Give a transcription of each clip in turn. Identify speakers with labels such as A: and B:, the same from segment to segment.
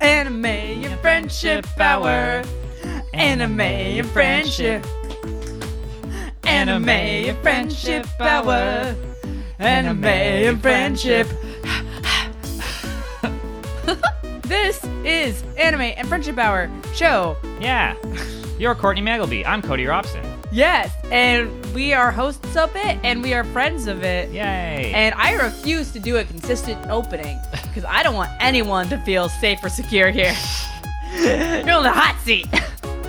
A: Anime and Friendship Hour. Anime and Friendship. Anime and Friendship Hour. Anime and Friendship. this is Anime and Friendship Hour show.
B: Yeah. You're Courtney Magleby. I'm Cody Robson.
A: Yes, and we are hosts of it and we are friends of it.
B: Yay.
A: And I refuse to do a consistent opening because I don't want anyone to feel safe or secure here. You're on the hot seat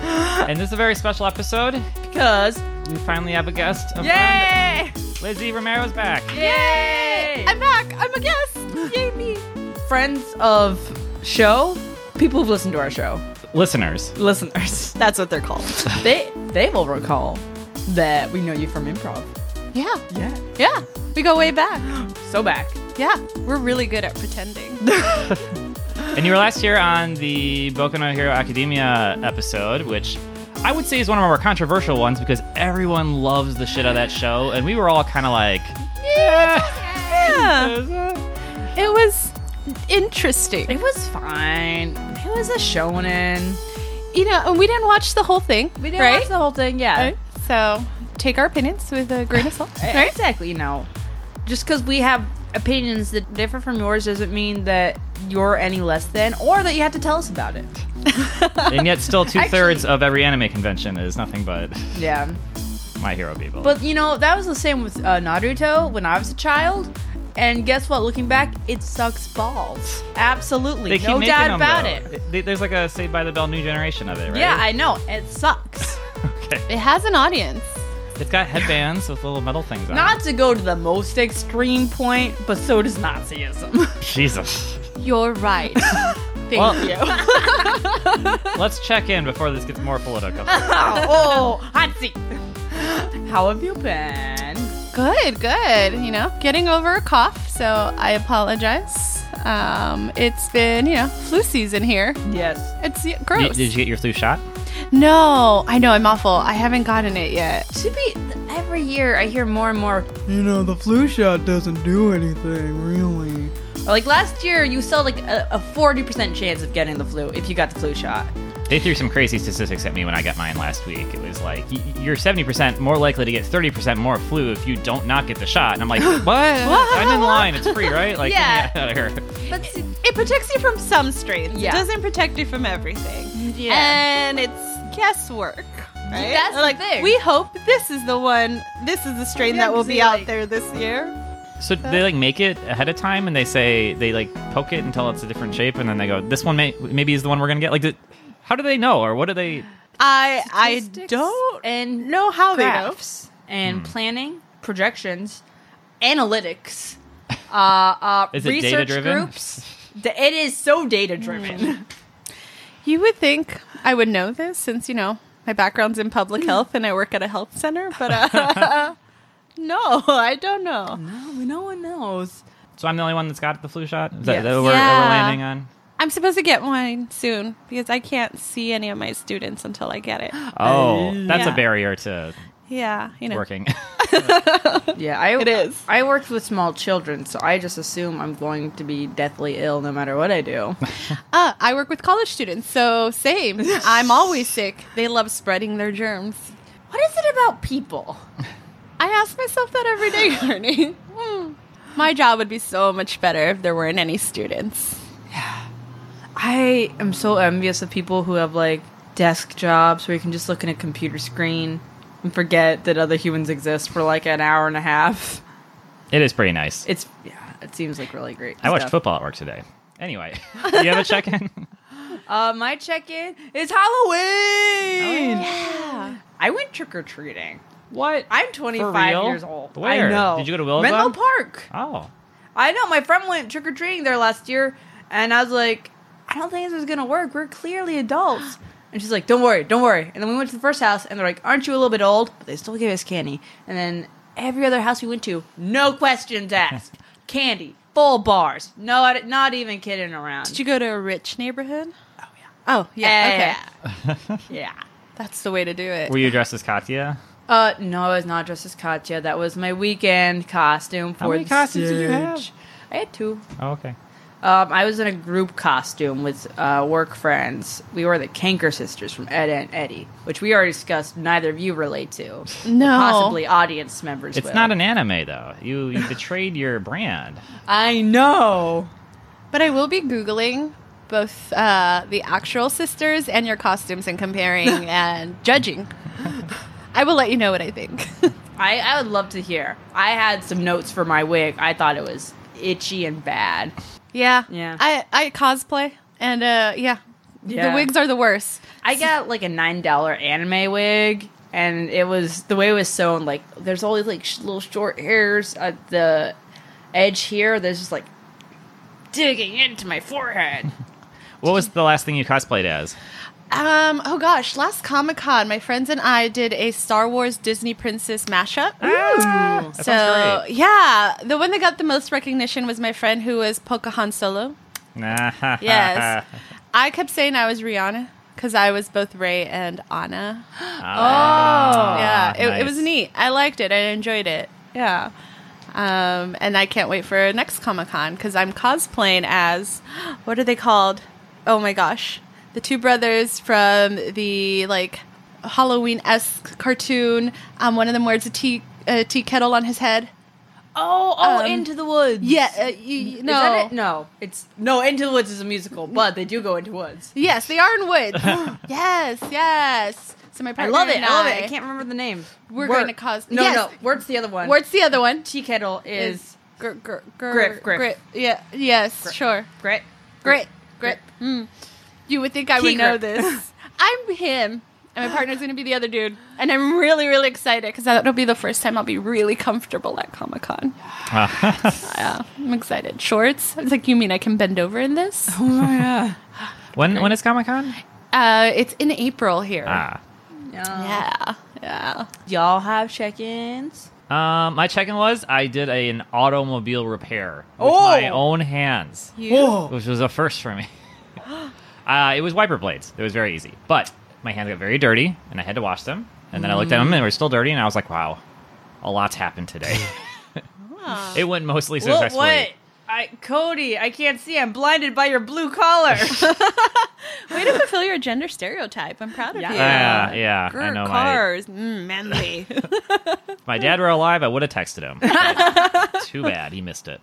B: And this is a very special episode.
A: because
B: We finally have a guest. A friend.
A: yay,
B: Lizzie Romero's back.
A: yay,
C: I'm back. I'm a guest. Yay me.
A: friends of show, people who've listened to our show,
B: Listeners.
A: listeners,
C: That's what they're called.
A: they they will recall that we know you from improv.
C: yeah.
A: Yeah,
C: Yeah. We go way back.
A: so back.
C: Yeah. We're really good at pretending.
B: And you were last year on the Boku no Hero Academia episode, which I would say is one of our more controversial ones because everyone loves the shit out of that show, and we were all kind of like,
C: Yeah.
B: yeah.
C: It was interesting.
A: It was fine. It was a shonen.
C: You know, and we didn't watch the whole thing.
A: We didn't
C: right?
A: watch the whole thing. Yeah.
C: Right? So take our opinions with a grain of salt.
B: Eh.
C: Right?
A: Exactly. You know, just because we have opinions that differ from yours doesn't mean that you're any less than or that you have to tell us about it.
B: And yet, still two thirds of every anime convention is nothing but
A: Yeah.
B: my hero people.
A: But you know, that was the same with uh, Naruto when I was a child. And guess what? Looking back, it sucks balls. Absolutely.
B: they keep
A: no
B: making
A: doubt
B: them,
A: about
B: though.
A: it.
B: They- There's like a Saved by the Bell new generation of it, right?
A: Yeah, I know. It sucks.
B: okay.
C: It has an audience.
B: It's got headbands with little metal things on.
A: not to go to the most extreme point, but so does Nazism.
B: it. Jesus.
C: You're right. Thank
B: Well-
C: you.
B: Let's check in before this gets more political.
A: oh, hot seat. How have you been?
C: Good, good. You know, getting over a cough, so I apologize. Um, it's been, you know, flu season here.
A: Yes.
C: It's yeah,
B: Y-
C: gross.
B: Did you get your flu shot?
C: No, I know I'm awful. I haven't gotten it yet.
A: To be every year, I hear more and more.
D: You know, the flu shot doesn't do anything, really.
A: Like last year, you saw like a forty percent chance of getting the flu if you got the flu shot.
B: They threw some crazy statistics at me when I got mine last week. It was like y- you're 70% more likely to get 30% more flu if you don't not get the shot. And I'm like, what? I'm in line. It's free, right? Like,
A: Yeah.
B: get me out of here.
A: But see,
C: It protects you from some strains.
A: Yeah.
C: It doesn't protect you from everything.
A: Yeah.
C: And it's guesswork. Right?
A: That's the
C: like
A: thing.
C: we hope this is the one. This is the strain
A: Yeah,
C: that will
A: 'cause
C: be
A: they,
C: out
A: like-
C: there this year.
B: So they like make it ahead of time, and they say they like poke it until it's a different shape, and then they go, "This one may maybe is the one we're gonna get." Like, th- how do they know, or what do they?
C: I I
A: Statistics
C: don't
A: and
C: know how they know.
A: graphs and
B: Hmm.
A: planning, projections, analytics, uh, uh,
B: Is it
A: research
B: data-driven?
A: groups. D- It is so data
C: Hmm.
A: driven.
C: You would think I would know this since, you know, my background's in public health and I work at a health center, but uh, no, I don't know.
A: Oh, no one knows.
B: So I'm the only one that's got the flu shot. Is that,
A: Yes.
B: that what we're,
C: Yeah.
B: we're landing on?
C: I'm supposed to get one soon because I can't see any of my students until I get it.
B: Oh, that's
C: Yeah.
B: a barrier to
C: Yeah, you know.
B: working.
A: Yeah, I,
C: It is.
A: I worked with small children, so I just assume I'm going to be deathly ill no matter what I do.
C: Uh, I work with college students, so same. I'm always sick. They love spreading their germs.
A: what is it about people?
C: I ask myself that every day, Courtney. Hmm. My job would be so much better if there weren't any students.
A: I am so envious of people who have like desk jobs where you can just look at a computer screen and forget that other humans exist for like an hour and a half.
B: it is pretty nice.
A: It's yeah, it seems like really great.
B: I watched
A: stuff.
B: football at work today. Anyway, do you have a check in?
A: Uh, my check-in is Halloween.
C: Yeah.
A: I went trick or treating.
B: what?
A: I'm 25
B: real?
A: years old.
B: Where?
A: I know.
B: Did you go to Willowdale?
A: Menlo Park.
B: oh,
A: I know. My friend went trick or treating there last year, and I was like, I don't think this is gonna work. We're clearly adults. And she's like, Don't worry, don't worry. And then we went to the first house, and they're like, Aren't you a little bit old? But they still gave us candy. And then every other house we went to, no questions asked, candy, full bars, no, not even kidding around.
C: Did you go to a rich neighborhood? Oh, yeah. okay.
A: Eh. okay. yeah.
C: That's the way to do it.
B: were you dressed as Katya?
A: Uh, no, I was not dressed as Katya. That was my weekend costume for
B: many
A: the
B: costumes did you
A: stage.
B: have?
A: I had two.
B: Oh, okay.
A: Um, I was in a group costume with uh, work friends. We were the Canker Sisters from Ed and Eddie, which we already discussed. Neither of you relate to.
C: No.
A: possibly audience members.
B: It's
A: will.
B: not an anime though. You, you betrayed your brand.
A: I know.
C: But I will be googling both uh, the actual sisters and your costumes and comparing and judging. I will let you know what I think.
A: I, I would love to hear. I had some notes for my wig. I thought it was itchy and bad.
C: yeah,
A: Yeah.
C: I I cosplay and uh, yeah,
A: Yeah.
C: the wigs are the worst.
A: I got like a nine dollar anime wig, and it was the way it was sewn. Like there's all these like sh- little short hairs at the edge here. There's just like digging into my forehead.
B: What was the last thing you cosplayed as?
C: Um. Oh gosh, last Comic Con, my friends and I did a Star Wars Disney Princess mashup.
B: Ah, that sounds
C: So yeah, the one that got the most recognition was my friend who was Pocahontas Solo.
B: great.
C: Yes. I kept saying I was Rihanna because I was both Ray and Anna. Oh.
B: Ah,
C: yeah, it, it
B: nice.
C: was neat. I liked it. I enjoyed it. Yeah. Um, and I can't wait for next Comic Con because I'm cosplaying as what are they called? Oh my gosh, the two brothers from the like Halloween esque cartoon. Um, one of them wears a tea a tea kettle on his head.
A: Oh, oh,
C: Um,
A: into the woods.
C: Yeah, uh,
A: Is
C: you,
A: that
C: no,
A: it? No, it's no. Into the woods is a musical, but they do go into woods.
C: yes, they are in woods. yes, yes. So my
A: I
C: partner
A: love it. I
C: and
A: love it. I can't remember the name.
C: We're
A: Wort-
C: going to cause-
A: No,
C: Yes.
A: no. Word's the other one.
C: What's the other one?
A: tea kettle is,
C: is gr- gr- gr-
A: Grip, grip.
C: Yeah. Yes. Sure.
A: great.
C: Grip. Grip. Mm. You would think I
A: Key
C: would know
A: grip.
C: this. I'm him, and my partner's going to be the other dude, and I'm really, really excited because that'll be the first time I'll be really comfortable at Comic Con. Yeah, I'm excited. Shorts. I was like, you mean I can bend over in this?
A: Oh my god.
B: when when is Comic Con?
C: Uh, it's in April here.
B: Ah.
C: Yeah. Yeah.
A: Y'all have check-ins.
B: Um, my check-in was I did a, an automobile repair with
A: Oh.
B: my own hands,
C: You.
D: Whoa.
B: which was a first for me. uh, it was wiper blades. It was very easy, but my hands got very dirty, and I had to wash them. And then I looked at them, and they were still dirty, and I was like, "Wow, a lot's happened today." it went mostly
A: What?
B: successfully.
A: What? I, Cody, I can't see. I'm blinded by your blue collar.
C: Way to fulfill your gender stereotype. I'm proud of
A: Yeah.
C: you.
B: Yeah, yeah, I
C: Grr,
B: know my-
C: cars. Mm, manly.
B: If my dad were alive, I would have texted him. But Too bad he missed it.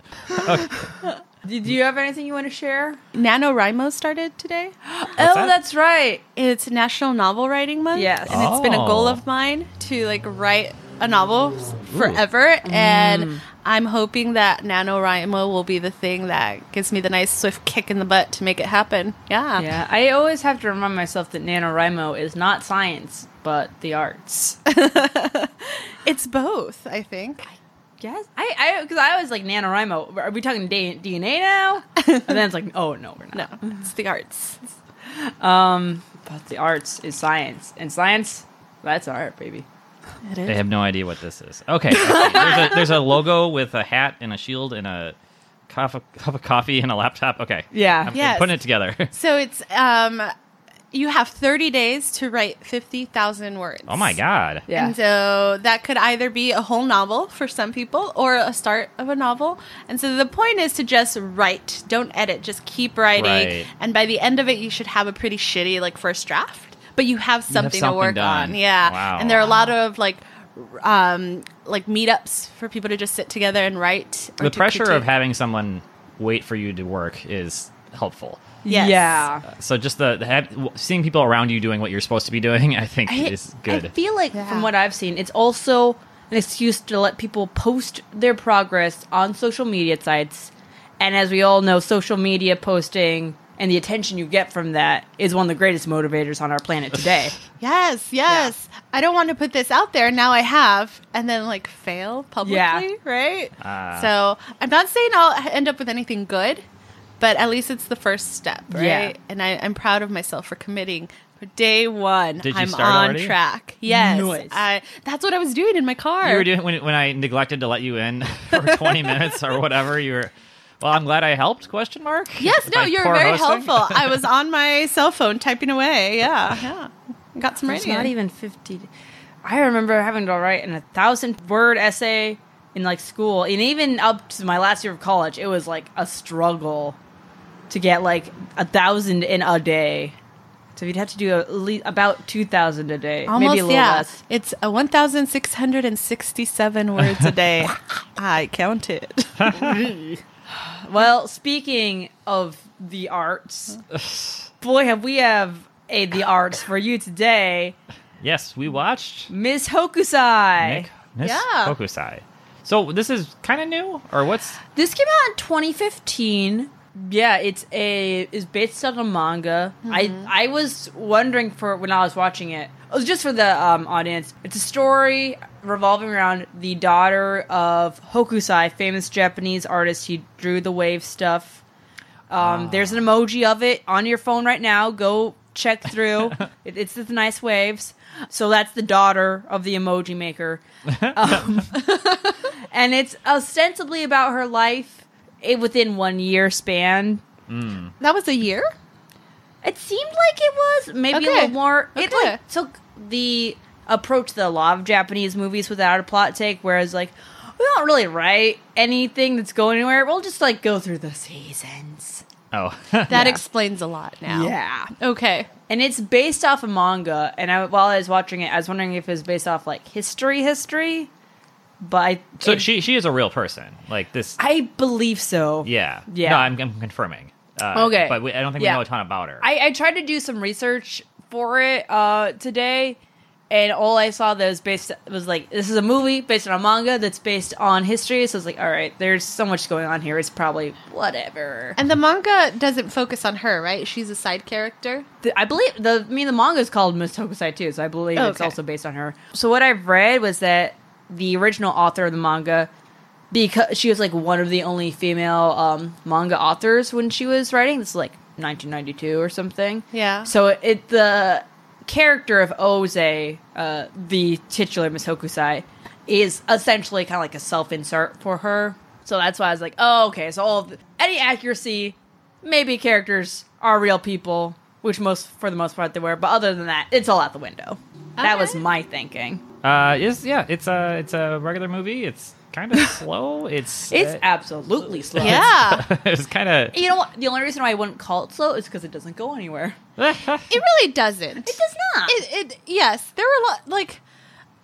A: Did you have anything you want to share?
C: NaNoWriMo started today.
A: oh,
B: that?
A: that's right.
C: It's National Novel Writing Month.
A: Yes.
C: And it's been a goal
B: Oh.
C: of mine to like write a novel s- forever. And I'm hoping that NaNoWriMo will be the thing that gives me the nice swift kick in the butt to make it happen. Yeah.
A: Yeah, I always have to remind myself that NaNoWriMo is not science, but the arts.
C: It's both, I think.
A: Yes, I, I, because I was like NaNoWriMo. Are we talking D- DNA now? and then it's like, oh no, we're not.
C: No, it's the arts.
A: Um, but the arts is science, and science that's art, baby.
C: It
B: They
C: is.
B: have no idea what this is. Okay, okay. There's, a, there's a logo with a hat and a shield and a cup of, cup of coffee and a laptop. Okay,
A: Yeah.
B: I'm
C: Yes.
B: putting it together.
C: So it's, um, you have 30 days to write 50,000 words.
B: Oh my god.
A: Yeah.
C: And uh, so that could either be a whole novel for some people or a start of a novel. And so the point is to just write. Don't edit. Just keep writing.
B: Right.
C: And by the end of it, you should have a pretty shitty like first draft, but you have something,
B: something
C: to work
B: done.
C: on. Yeah.
B: Wow.
C: And there are a lot of like, r- um, like meetups for people to just sit together and write. or
B: The
C: to
B: pressure of
C: critique.
B: having someone wait for you to work is helpful. Uh,
C: Yes.
A: Yeah.
B: So just the, the have, w- seeing people around you doing what you're supposed to be doing, I think
A: I-
B: is good.
A: I feel like,
C: Yeah.
A: from what I've seen, it's also an excuse to let people post their progress on social media sites. And as we all know, social media posting and the attention you get from that is one of the greatest motivators on our planet today.
C: Yes, yes. I don't want to put this out there. Now I have, and then like fail publicly,
A: Yeah.
C: right?
B: Ah.
C: so I'm not saying I'll end up with anything good, but at least it's the first step, right?
A: Yeah.
C: And I, I'm proud of myself for committing. For Day one,
B: Did you
C: I'm
B: start
C: on
B: already?
C: track. Yes,
A: Nice.
C: I, that's what I was doing in my car.
B: you were doing when, when I neglected to let you in for 20 minutes or whatever. You were. Well, I'm glad I helped. Question mark.
C: yes, no,
B: My
C: you're
B: poor
C: very
B: hosting.
C: helpful. I was on my cell phone typing away. Yeah, yeah. Got some
A: It's not
C: radio.
A: even 50. I remember having to write an 1,000 word essay in like school. And even up to my last year of college, it was like a struggle. to get like a thousand in a day. So you'd have to do at least about two thousand a day,
C: Almost,
A: maybe a little
C: yeah.
A: less.
C: It's a 1,667 words a day. I counted.
A: Well, speaking of the arts, boy, have we have a the arts for you today,
B: Yes, we watched
A: Miss Hokusai.
B: Nick, Miss
C: Yeah.
B: Hokusai. So this is kind of new, or what's?
A: This came out in 2015. Yeah, it's a is based on a manga. I I was wondering for when I was watching it. It was just for the um, audience. It's a story revolving around the daughter of Hokusai, famous Japanese artist. He drew the wave stuff. Um, There's an emoji of it on your phone right now. Go check through. it, it's the nice waves. So that's the daughter of the emoji maker and it's ostensibly about her life eh, within one year span.
C: that was a year?
A: It seemed like it was maybe a
C: Okay.
A: little more. It
C: Okay.
A: like took the approach that a lot of Japanese movies without a plot take, whereas like we don't really write anything that's going anywhere. We'll just like go through the seasons.
B: Oh,
C: That explains a lot now.
A: Yeah,
C: Okay.
A: and it's based off a manga. And I, while I was watching it, I was wondering if it was based off like history, history. But I,
B: so
A: it-
B: she she is a real person. Like this.
A: I believe so.
B: yeah.
A: Yeah.
B: No, I'm, I'm confirming. Uh,
A: Okay.
B: But we, I don't think
A: Yeah.
B: we know a ton about her.
A: I, I tried to do some research for it uh, today, and all I saw that was based was like this is a movie based on a manga that's based on history. So I was like, all right, there's so much going on here. It's probably whatever.
C: And the manga doesn't focus on her, right? She's a side character.
A: The- I believe the I mean the manga is called Miss Tokusai too, so I believe it's
C: Okay.
A: also based on her. So what I've read was that the original author of the manga, because she was like one of the only female um, manga authors when she was writing. This is like 1992 or something.
C: Yeah.
A: So it the character of Oze, uh, the titular Miss Hokusai, is essentially kind of like a self insert for her. So that's why I was like, oh, okay. So all of the- any accuracy, maybe characters are real people, which most for the most part they were. But other than that, it's all out the window. That was
C: Okay.
A: my thinking.
B: uh, is yeah. It's a it's a regular movie. It's kind of slow. It's
A: It's
B: uh,
A: absolutely slow.
C: Yeah.
B: it's kind of
A: You know what? The only reason why I wouldn't call it slow is because it doesn't go anywhere.
C: it really doesn't.
A: It does not.
C: It, it yes, there were a lot like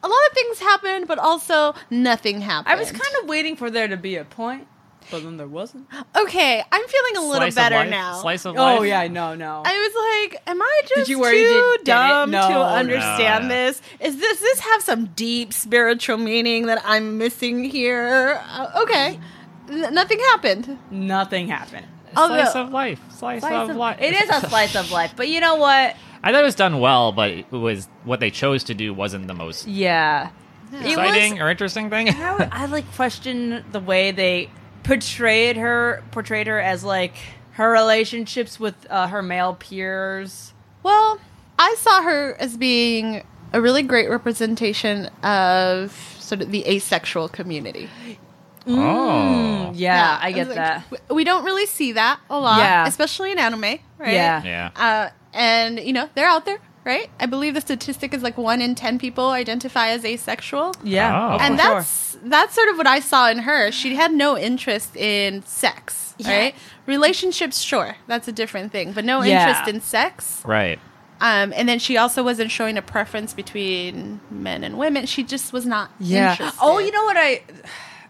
C: a lot of things happened, but also nothing happened.
A: I was kind of waiting for there to be a point, but then there wasn't.
C: of okay. I'm feeling a little
B: slice of
C: better
B: life-
C: now.
B: Slice of life.
A: Oh yeah, no, no.
C: I was like, am I just
A: you worry you
C: too
A: did- did it?
C: dumb
A: No,
C: to
A: no.
C: understand
B: No.
C: this? Is this this have some deep spiritual meaning that I'm missing here? Uh, okay. N- nothing happened.
A: Nothing happened.
B: Slice
C: Although-
B: of life. Slice,
A: Slice
B: of,
A: of-
B: life.
A: It is a slice of life, but you know what?
B: I thought it was done well, but it was what they chose to do wasn't the most
A: Yeah, it
B: exciting
A: was.
B: or interesting thing.
A: I, would- I like question the way they portrayed her, portrayed her as like her relationships with uh, her male peers.
C: Well, I saw her as being a really great representation of sort of the asexual community.
B: oh.
A: Mm, yeah, I
C: was
A: get
C: like,
A: that.
C: w- We don't really see that a lot,
A: Yeah.
C: especially in anime, right?
A: Yeah.
B: Yeah.
C: Uh, and you know they're out there, right? I believe the statistic is like one in ten people identify as asexual.
A: Yeah,
B: Oh.
A: for
C: and
A: sure.
C: that's that's sort of what I saw in her. She had no interest in sex,
A: Yeah.
C: right? Relationships, sure, that's a different thing, but no
A: Yeah.
C: interest in sex.
B: Right.
C: Um, and then she also wasn't showing a preference between men and women. She just was not.
A: yeah.
C: Interested.
A: Oh, you know what I?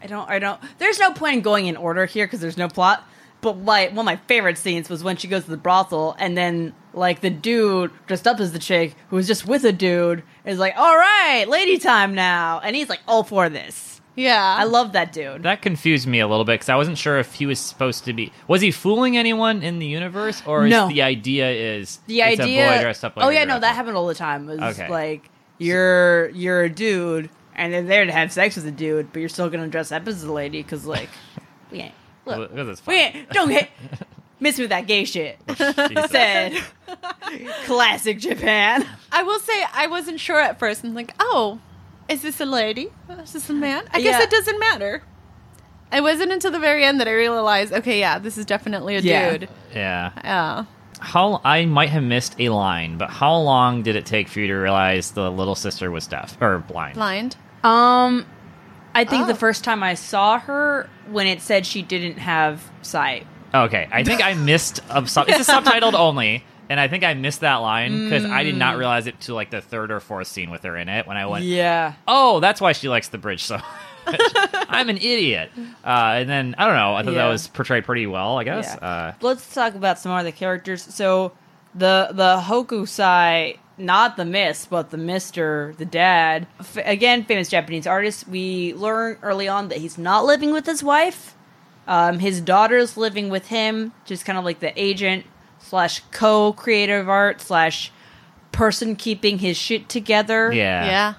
A: I don't. I don't. There's no point in going in order here because there's no plot. But like one of my favorite scenes was when she goes to the brothel and then like the dude dressed up as the chick who was just with a dude is like, "All right, lady time now," and he's like, "All for this."
C: Yeah.
A: I love that dude.
B: That confused me a little bit because I wasn't sure if he was supposed to be. Was he fooling anyone in the universe, or is
A: No.
B: the idea is
A: the
B: it's
A: idea.
B: a boy dressed up like
A: oh
B: a
A: yeah, no,
B: giraffe.
A: that happened all the time. It was
B: Okay.
A: like you're you're a dude and they're there to have sex with a dude, but you're still gonna dress up as a lady because like we ain't look.
B: Well, This is
A: We ain't, don't get miss me with that gay shit.
B: fun. Jesus.
A: Said classic Japan.
C: I will say I wasn't sure at first. I'm like, oh, is this a lady? Is this a man? I
A: Yeah.
C: guess it doesn't matter. It wasn't until the very end that I realized, okay, yeah, this is definitely a
A: Yeah.
C: dude.
B: Yeah.
C: Yeah.
B: How I might have missed a line, but how long did it take for you to realize the little sister was deaf or blind?
C: Blind.
A: Um, I think
C: Oh.
A: the first time I saw her when it said she didn't have sight
B: Okay, I think I missed a sub. It's a subtitled only, and I think I missed that line because I did
A: Mm.
B: not realize it to like the third or fourth scene with her in it when I went,
A: Yeah.
B: "Oh, that's why she likes the bridge so." much. I'm an idiot, uh, and then I don't know. I thought
A: Yeah.
B: that was portrayed pretty well, I guess.
A: Yeah.
B: Uh,
A: Let's talk about some other characters. So the the Hokusai, not the Miss, but the Mister, the dad. F- again, famous Japanese artist. We learn early on that he's not living with his wife. Um, his daughter's living with him, just kind of like the agent slash co creator of art slash person keeping his shit together.
B: yeah,
C: yeah.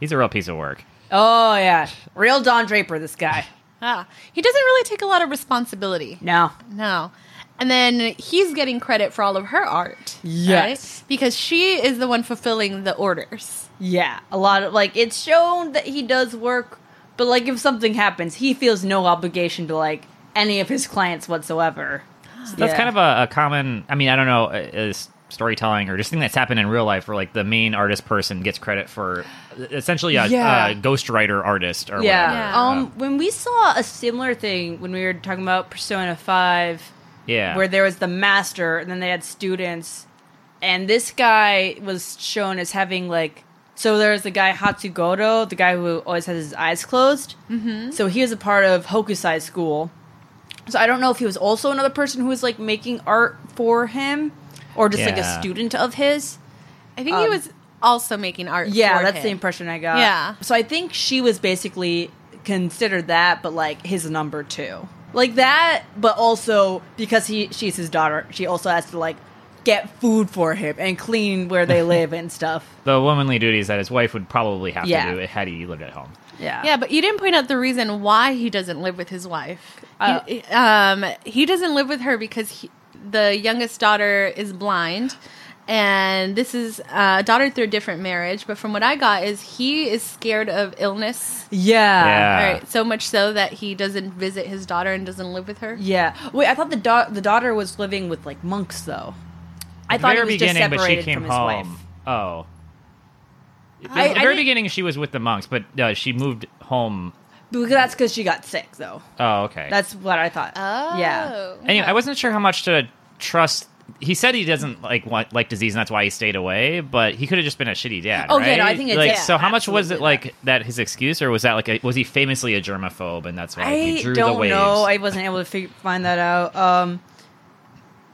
B: he's a real piece of work.
A: Oh yeah, real Don Draper. This guy.
C: Ah, he doesn't really take a lot of responsibility.
A: No.
C: No. And then he's getting credit for all of her art.
A: Yes.
C: Because she is the one fulfilling the orders.
A: Yeah, a lot of like it's shown that he does work, but like if something happens, he feels no obligation to like any of his clients whatsoever. So
B: That's kind of a, a common. I mean, I don't know, uh, is storytelling or just thing that's happened in real life, where like the main artist person gets credit for essentially a,
A: Yeah.
B: a ghostwriter artist or
A: yeah.
B: whatever.
C: Yeah.
A: Um, when we saw a similar thing when we were talking about Persona Five,
B: yeah,
A: where there was the master and then they had students, and this guy was shown as having like. So there's the guy Hatsugoro, the guy who always has his eyes closed. Mm-hmm. So he was a part of Hokusai school. So I don't know if he was also another person who was like making art for him or just like a
B: Yeah.
A: student of his.
C: I think he
A: Um,
C: was also making art.
A: Yeah,
C: for
A: that's the
C: him.
A: impression I got.
C: Yeah.
A: So I think she was basically considered that, but like his number two, like that. But also because he she's his daughter, she also has to like get food for him and clean where they live and stuff.
B: the womanly duties that his wife would probably have
A: Yeah.
B: to do had he lived at home.
A: Yeah.
C: Yeah, but you didn't point out the reason why he doesn't live with his wife.
A: Uh,
C: he, um, he doesn't live with her because he, the youngest daughter is blind, and this is uh, daughter through a different marriage. But from what I got, is he is scared of illness.
A: Yeah.
B: Yeah.
C: All right, so much so that he doesn't visit his daughter and doesn't live with her.
A: Yeah. Wait, I thought the da- the daughter was living with like monks though. I
B: At the
A: thought he
B: very
A: was just
B: beginning,
A: separated
B: but she came
A: from his
B: home.
A: wife.
B: Oh, at
A: I-
B: the
A: I
B: very
A: didn't-
B: beginning she was with the monks, but uh, she moved home.
A: Because that's because she got sick though.
B: Oh, okay.
A: That's what I thought.
C: Oh,
A: Yeah.
B: Anyway, I wasn't sure how much to trust. He said he doesn't like want, like disease, and that's why he stayed away. But he could have just been a shitty dad.
A: Oh,
B: right?
A: yeah, no, I think it's-
B: like
A: yeah,
B: so. How much was
A: absolutely
B: it like that his excuse, or was that like a, was he famously a germaphobe, and that's why
A: I
B: he drew
A: don't
B: the waves?
A: know. I wasn't able to fig- find that out. Um,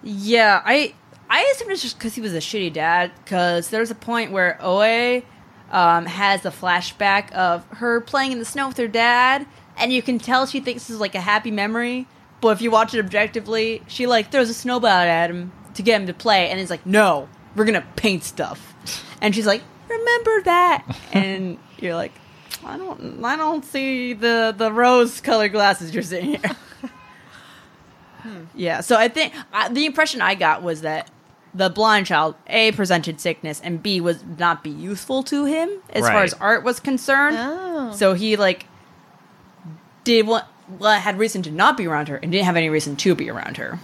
A: yeah, I I assume it's just because he was a shitty dad. Because there's a point where Oe um, has a flashback of her playing in the snow with her dad, and you can tell she thinks this is like a happy memory. But if you watch it objectively, she like throws a snowball at him to get him to play, and he's like, "No, we're gonna paint stuff," and she's like, "Remember that?" and you're like. I don't. I don't see the the rose colored glasses you're seeing here. Yeah. So I think I, the impression I got was that the blind child a presented sickness and b was not be useful to him as far
B: Right.
A: as art was concerned.
C: Oh.
A: So he like did what well, had reason to not be around her and didn't have any reason to be around her.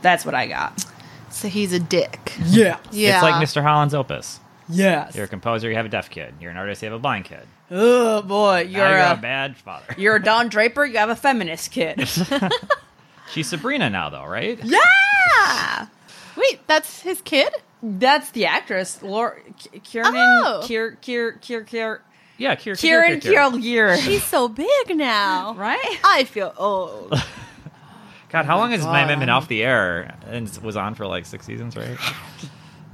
A: That's what I got.
C: So he's a dick.
D: Yeah.
C: Yeah.
B: It's like Mr. Holland's opus.
D: Yes.
B: You're a composer, you have a deaf kid. You're an artist, you have a blind kid.
A: Oh boy, you're,
B: Now you're
A: a,
B: a bad father.
A: you're a Don Draper. You have a feminist kid.
B: She's Sabrina now, though, right?
A: yeah.
C: Wait, that's his kid?
A: That's the actress, Laura K- Kieran
C: Oh.
A: Kier Kier Kier Kier
B: Yeah, Kira,
A: Kieran Kierlier,
C: He's so big now.
A: right?
C: I feel old.
B: God, how long has
A: God.
B: my Man been off the air? And was on for like six seasons, right?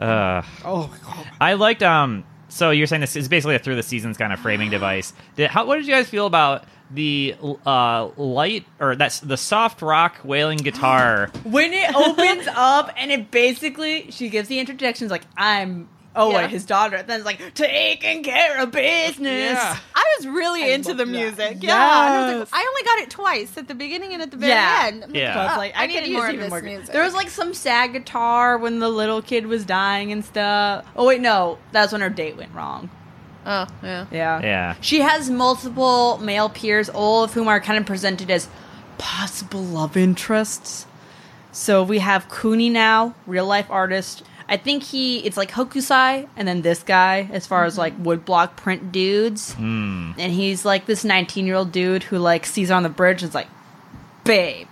B: Uh,
D: Oh, my God.
B: I liked. Um, so you're saying this is basically a through the seasons kind of framing device. Did, how? What did you guys feel about the uh, light or that's the soft rock wailing guitar?
A: When it opens up and it basically she gives the interjections like I'm oh
C: Yeah.
A: wait his daughter then it's like taking care of business.
B: Yeah.
C: I was really
A: I
C: into
A: love
C: the
A: that.
C: music. Yeah. And I, was
A: Yes.
C: like, I only got it twice at the beginning and at the very
A: Yeah.
C: end. I'm like,
B: Yeah.
A: So I was
C: "Oh,
A: like I,
C: need
A: could use
C: more of
A: even
C: this
A: more.
C: music.
A: There was like some sad guitar when the little kid was dying and stuff. Oh wait, no, that's when her date went wrong.
C: oh yeah.
A: Yeah.
B: Yeah.
A: She has multiple male peers, all of whom are kind of presented as possible love interests. So we have Cooney now, real life artist. I think he it's like Hokusai and then this guy as far as like woodblock print dudes. Mm. And he's like this 19-year-old dude who like sees her on the bridge and is like, "Babe,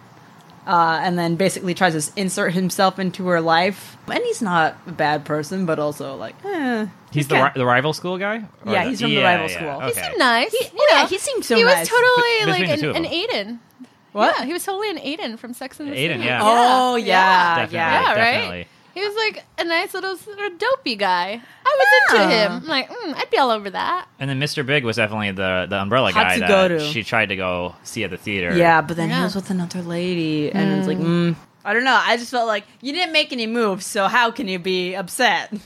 A: uh, and then basically tries to s- insert himself into her life. And he's not a bad person, but also like, eh,
B: He's the,
A: okay.
B: ri- the rival school guy? Or
A: Yeah, he's from the rival school.
B: Okay.
A: He
C: He seemed nice. you
A: yeah,
C: know,
A: he seemed so
C: He
A: nice.
C: was totally
B: Be- between
C: like
B: the two
C: an,
B: of
C: an Aiden.
A: What?
C: Yeah, he was totally an Aiden from Sex and the
B: Aiden,
C: City.
B: yeah.
A: Oh yeah,
B: Definitely,
A: yeah.
C: Yeah, right?
B: definitely.
C: He was like a nice little sort of dopey guy. I was
A: Yeah.
C: into him. I'm like, mm, I'd be all over that.
B: And then Mr. Big was definitely the, the umbrella guy that
A: Hatsugoru.
B: she tried to go see at the theater.
A: Yeah, but then he
C: Yeah.
A: was with another lady, and it's like, mm, I don't know. I just felt like you didn't make any moves, so how can you be upset?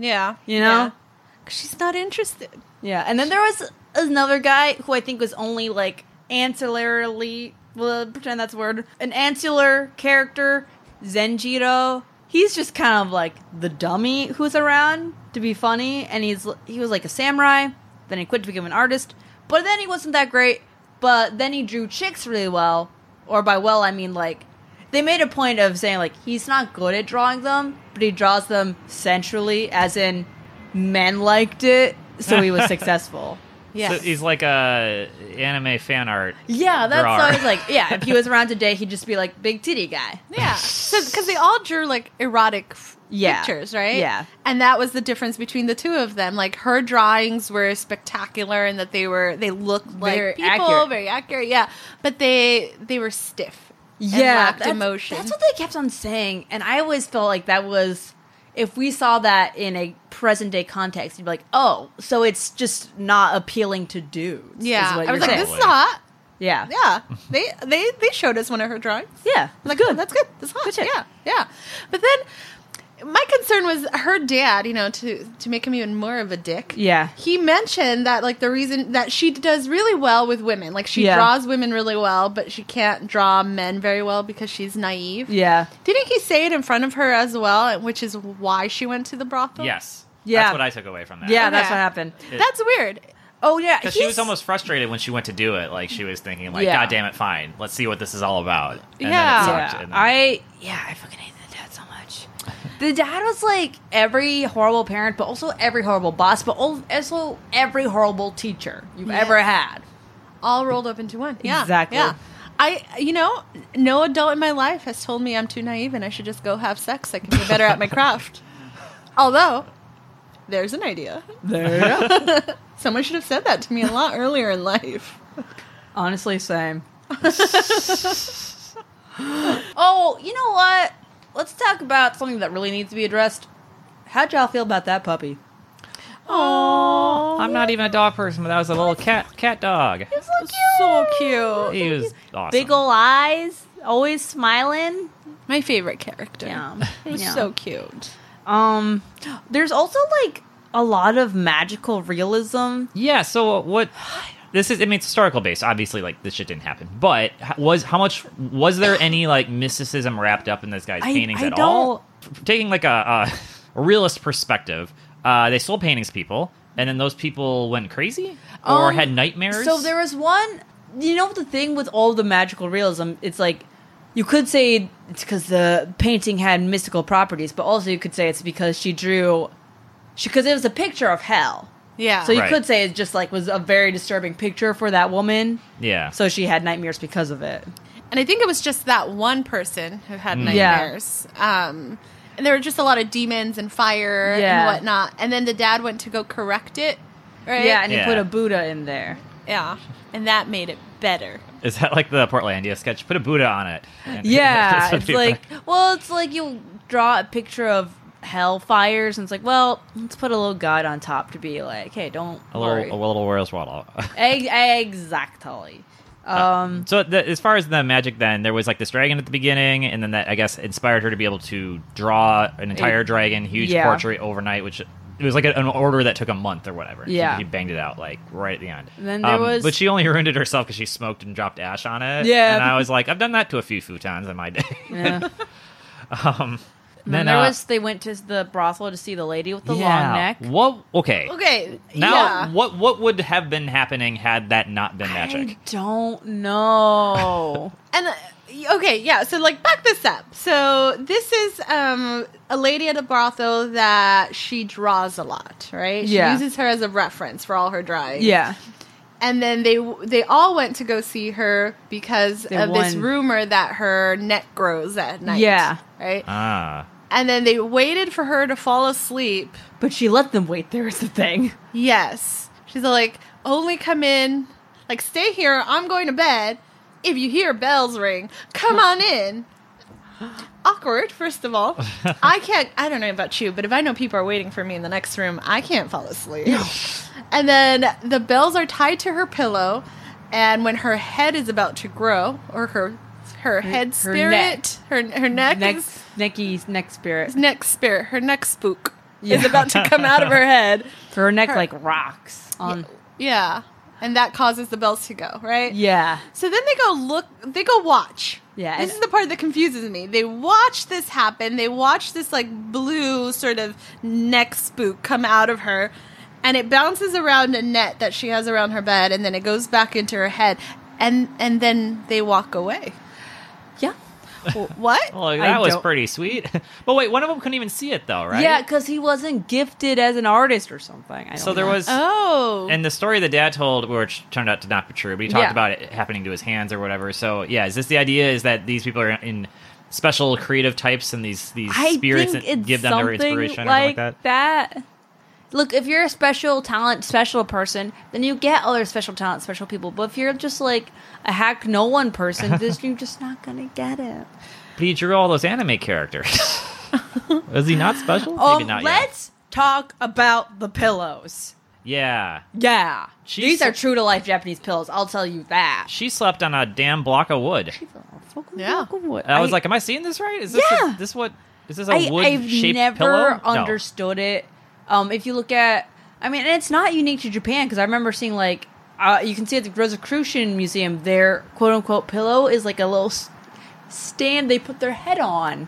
C: Yeah.
A: You know?
C: Yeah. 'Cause she's not interested.
A: Yeah, and then there was another guy who I think was only like ancillarily. Well, pretend that's a word. An ancillar character, Zenjiro. He's just kind of like the dummy who's around to be funny, and he's he was like a samurai. Then he quit to become an artist, but then he wasn't that great. But then he drew chicks really well, or by well I mean like they made a point of saying like he's not good at drawing them, but he draws them sensually, as in men liked it, so he was successful.
C: Yeah.
B: So he's like a anime fan art.
A: Yeah, that's
B: Drawer.
A: always like yeah. If he was around today, he'd just be like big titty guy.
C: yeah. Because they all drew like erotic f-
A: Yeah.
C: pictures, right?
A: Yeah.
C: And that was the difference between the two of them. Like her drawings were spectacular and that they were they looked like
A: Very
C: people,
A: accurate.
C: very accurate. Yeah. But they they were stiff. and lacked
A: that's,
C: emotion.
A: That's what they kept on saying, and I always felt like that was if we saw that in a present day context, you'd be like, oh, so it's just not appealing to dudes. is
C: yeah.
A: what
C: I was
A: you're
C: like,
A: saying.
C: this is hot.
A: yeah, yeah,
C: Yeah. they they they showed us one of her drawings.
A: yeah.
C: I'm like, good. that's good. That's hot.
A: shit.
C: yeah, yeah. But then my concern was her dad. You know, to to make him even more of a dick.
A: Yeah.
C: He mentioned that like the reason that she does really well with women, like she
A: Yeah.
C: draws women really well, but she can't draw men very well because she's naive.
A: yeah.
C: Didn't he say it in front of her as well, which is why she went to the brothel?
B: Yes.
A: Yeah.
B: That's what I took away from that.
A: Yeah, that's
C: Okay.
A: what happened.
C: That's weird.
A: Oh yeah,
B: Because she was
A: he's-
B: almost frustrated when she went to do it. Like she was thinking, like,
A: Yeah.
B: God damn it, fine. Let's see what this is all about. And then it
C: Yeah.
B: sucked,
A: Yeah,
B: and then-
A: I yeah, I fucking hate the dad so much. The dad was like every horrible parent, but also every horrible boss, but al- also every horrible teacher you've
C: Yes.
A: ever had.
C: all rolled up into one. Yeah,
A: Exactly.
C: Yeah. I, you know, no adult in my life has told me I'm too naive and I should just go have sex. I can be better at my craft. Although, there's an idea.
A: There you go.
C: Someone should have said that to me a lot earlier in life.
A: Honestly, same. oh, you know what? Let's talk about something that really needs to be addressed. How'd y'all feel about that puppy?
C: Oh,
B: I'm not even a dog person, but that was a little cat cat dog.
A: So cute. So cute.
B: He was awesome.
A: Big ol' eyes, always smiling.
C: my favorite character.
A: Yeah.
C: It was
A: yeah.
C: so cute.
A: Um, there's also like a lot of magical realism.
B: Yeah. So what? This is. I mean, it's historical based. Obviously, like this shit didn't happen. But h- was how much was there any like mysticism wrapped up in this guy's
A: I-
B: paintings
A: I
B: at all? F- Taking like a, a realist perspective, uh, they sold paintings to people, and then those people went crazy or
A: Um,
B: had nightmares.
A: So there was one. You know the thing with all the magical realism, it's like you could say it's because the painting had mystical properties, but also you could say it's because she drew, she because it was a picture of hell.
C: Yeah.
A: So you
B: Right.
A: could say it just like was a very disturbing picture for that woman.
B: Yeah.
A: So she had nightmares because of it.
C: And I think it was just that one person who had
A: Yeah.
C: nightmares. Um, and there were just a lot of demons and fire
A: Yeah.
C: and whatnot. And then the dad went to go correct it, right?
A: Yeah, and he
B: Yeah.
A: put a Buddha in there.
C: yeah. And that made it better.
B: is that like the Portlandia sketch? Put a Buddha on it. And- This
A: Yeah,
B: would
A: it's
B: be
A: like
B: fun.
A: well, it's like you draw a picture of hell fires, and it's like, well, let's put a little god on top to be like, hey, don't
B: a
A: worry.
B: little a little Where's Waddle.
A: Ex- exactly. Um,
B: So the, as far as the magic, then there was like this dragon at the beginning, and then that I guess inspired her to be able to draw an entire
A: It-
B: dragon, huge
A: yeah.
B: portrait overnight, which it was like a, an order that took a month or whatever. She-
A: Yeah.
B: she, banged it out like right at the end. Um,
A: And then there was-
B: but she only ruined it herself because she smoked and dropped ash on it.
A: Yeah.
B: and I was like, I've done that to a few futons in my day.
A: yeah.
B: um,
A: And then there
B: uh,
A: was they went to the brothel to see the lady with the long
B: yeah.
A: neck.
B: What? Okay.
C: Okay.
B: Now,
C: yeah.
B: what what would have been happening had that not been magic?
A: I don't know.
C: And uh, okay, yeah. So like back this up. So this is um a lady at a brothel that she draws a lot, right?
A: Yeah.
C: She uses her as a reference for all her drawings.
A: yeah,
C: and then they they all went to go see her because
A: They
C: of this
A: won.
C: rumor that her neck grows at night.
A: Yeah.
C: right.
B: Ah.
C: And then they waited for her to fall asleep.
A: But she let them wait. There is the thing.
C: Yes, she's like, only come in, like stay here. I'm going to bed. If you hear bells ring, come on in. Awkward, first of all. I can't. I don't know about you, but if I know people are waiting for me in the next room, I can't fall asleep. And then the bells are tied to her pillow, and when her head is about to grow, or her her head
A: her
C: spirit, her her, neck,
A: Next, Necky's neck spirit.
C: is, neck spirit, her neck spook is
A: Yeah.
C: about to come out of her head.
A: Her neck
C: her-
A: like rocks on.
C: Yeah, and that causes the bells to go right.
A: Yeah.
C: So then they go look, they go watch.
A: Yeah,
C: This
A: and-
C: is the part that confuses me. They watch this happen. They watch this like blue sort of neck spook come out of her and it bounces around a net that she has around her bed and then it goes back into her head and and then they walk away.
A: Yeah.
C: W- what?
B: Well, that
A: I
B: was
A: don't-
B: pretty sweet. but wait, one of them couldn't even see it though, right?
A: Yeah, because he wasn't gifted as an artist or something. I don't
B: So there
A: know.
B: was.
C: oh.
B: And the story the dad told, which turned out to not be true, but he talked
A: Yeah.
B: about it happening to his hands or whatever. So yeah, is this the idea? Is that these people are in special creative types and these these
A: I
B: spirits
A: think
B: that
A: it's
B: give them
A: something
B: their inspiration or
A: like,
B: something like that?
A: that. Look, if you're a special talent, special person, then you get other special talent, special people. But if you're just like a hack, no one person, this you're just not gonna get it.
B: But he drew all those anime characters. Was he not special?
A: Oh,
B: Maybe not yet.
A: let's talk about the pillows.
B: Yeah.
A: Yeah,
B: She's-
A: these are true to life Japanese pillows. I'll tell you that.
B: She slept on a damn block of wood.
C: Yeah.
B: I was like, am I seeing this right? Is this
A: Yeah.
B: a, this what is this
A: I,
B: a wood
A: I've
B: shaped
A: never
B: pillow? No.
A: understood it. Um, if you look at, I mean, and it's not unique to Japan because I remember seeing like uh, you can see at the Rosicrucian Museum their quote unquote pillow is like a little s- stand they put their head on.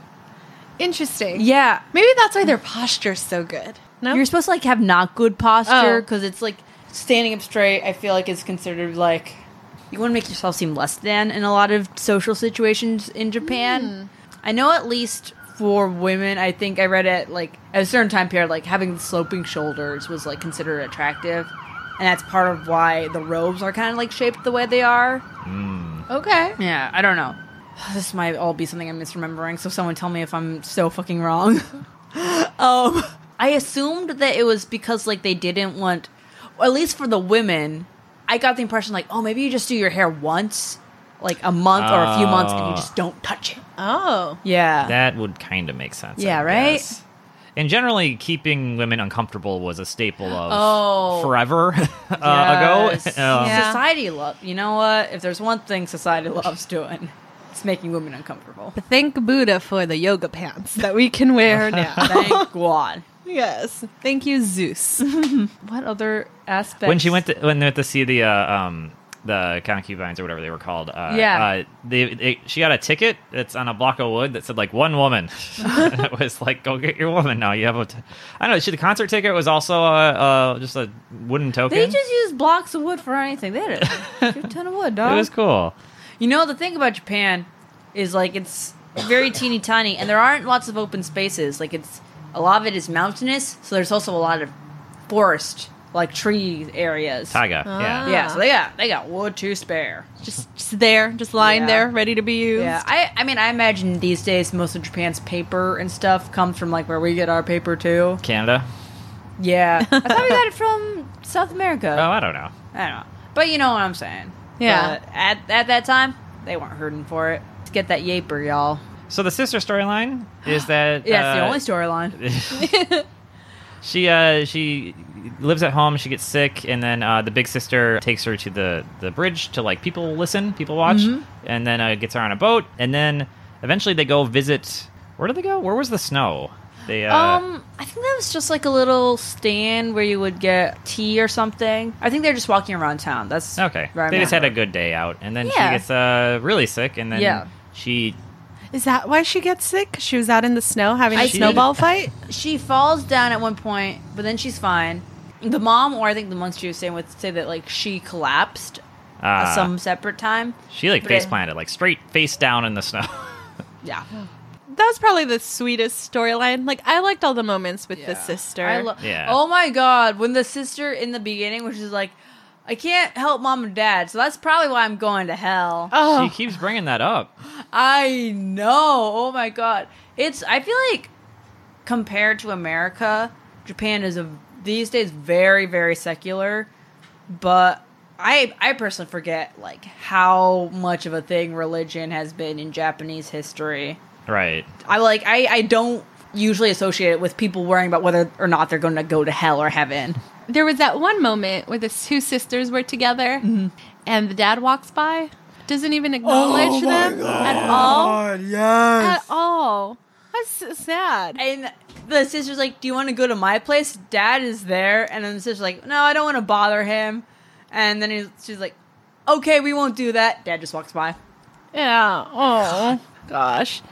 C: Interesting.
A: Yeah,
C: Maybe that's why their posture's so good. No.
A: you're supposed to like have not good posture
C: Oh.
A: because it's like standing up straight. I feel like is considered like you want to make yourself seem less than in a lot of social situations in Japan.
C: Hmm.
A: I know at least for women, I think I read it like at a certain time period, like having sloping shoulders was like considered attractive, and that's part of why the robes are kind of like shaped the way they are.
C: okay.
A: Yeah, I don't know. This might all be something I'm misremembering, so someone tell me if I'm so fucking wrong. um, I assumed that it was because like they didn't want, or at least for the women, I got the impression like, oh, maybe you just do your hair once, like a month or a few months, and you
B: Ah.
A: just don't touch it.
C: Oh.
A: Yeah,
B: That would kind of make sense. I
A: Yeah, right?
B: guess. And generally, keeping women uncomfortable was a staple of
C: Oh.
B: forever uh,
A: Yes.
B: ago. Um,
C: Yeah.
A: Society love. You know what? If there's one thing society loves doing, it's making women uncomfortable.
C: Thank Buddha for the yoga pants that we can wear now.
A: Thank God.
C: Yes. Thank you, Zeus.
A: What other aspects?
B: When she went to, when they went to see the uh, um, the concubines or whatever they were called, uh,
A: Yeah.
B: uh, they, they, she got a ticket that's on a block of wood that said like one woman. And it was like go get your woman now. You have a, t- I don't know. She, the concert ticket was also a, uh just a wooden token.
A: They just use blocks of wood for anything. They had a good ton of wood,
B: it
A: dog.
B: was cool.
A: You know the thing about Japan is like it's very teeny tiny, and there aren't lots of open spaces. Like it's a lot of it is mountainous, so there's also a lot of forest, like tree areas.
B: Taiga. yeah.
A: Yeah, so they got they got wood to spare.
C: just, just there, just lying
A: Yeah.
C: there, ready to be used.
A: Yeah, I I mean I imagine these days most of Japan's paper and stuff comes from like where we get our paper too.
B: Canada.
A: Yeah, I thought we got it from South America.
B: Oh, I don't know.
A: I don't know. But you know what I'm saying.
C: Yeah.
A: But at, at that time, they weren't hurting for it. Let's get that yaper, y'all.
B: So the sister storyline is that
A: Yeah, it's
B: uh,
A: the only storyline.
B: she uh, she lives at home. She gets sick, and then uh, the big sister takes her to the the bridge to like people listen, people watch,
A: Mm-hmm.
B: and then uh, gets her on a boat, and then eventually they go visit. Where do they go? Where was the snow? They uh,
A: um, I think that was just like a little stand where you would get tea or something. I think they're just walking around town. That's
B: okay.
A: where I
B: They just had
A: remember.
B: a good day out, and then
A: Yeah.
B: she gets uh, really sick, and then
A: Yeah.
B: she
C: Is that why she gets sick? 'Cause She was out in the snow having a
A: I
C: snowball fight?
A: She falls down at one point, but then she's fine. The mom, or I think the monks she was saying with, say that like she collapsed at
B: uh,
A: some separate time.
B: she like
A: but it-
B: face planted, like straight face down in the snow.
A: Yeah.
C: That was probably the sweetest storyline. Like, I liked all the moments with the sister.
A: I lo-
B: Yeah.
A: Oh my god, when the sister in the beginning, which is like, I can't help mom and dad, so that's probably why I'm going to hell.
C: Oh,
B: She keeps bringing that up.
A: I know. Oh my god. It's I feel like compared to America, Japan is a these days very very secular, but I I personally forget like how much of a thing religion has been in Japanese history.
B: Right.
A: I like I I don't usually associate it with people worrying about whether or not they're going to go to hell or heaven.
C: there was that one moment where the two sisters were together,
A: Mm-hmm.
C: and the dad walks by, doesn't
A: Oh
C: even acknowledge them at all.
D: God, yes.
C: At all. That's so sad.
A: And the sister's like, "Do you want to go to my place? Dad is there." And then the sister's like, "No, I don't want to bother him." And then he's, she's like, "Okay, we won't do that." Dad just walks by.
C: Yeah. Oh gosh.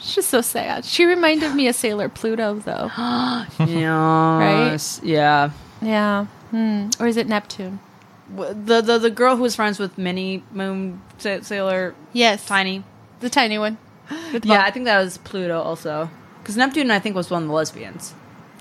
C: It's just so sad. She reminded me of Sailor Pluto, though.
A: Yes. Yeah.
C: Yeah. Hmm. Or is it Neptune?
A: W- The, the the girl who was friends with Minnie Moon Sa- Sailor
C: Yes.
A: Tiny.
C: The tiny one. With
A: Yeah,
C: mom.
A: I think that was Pluto also. Because Neptune, I think, was one of the lesbians.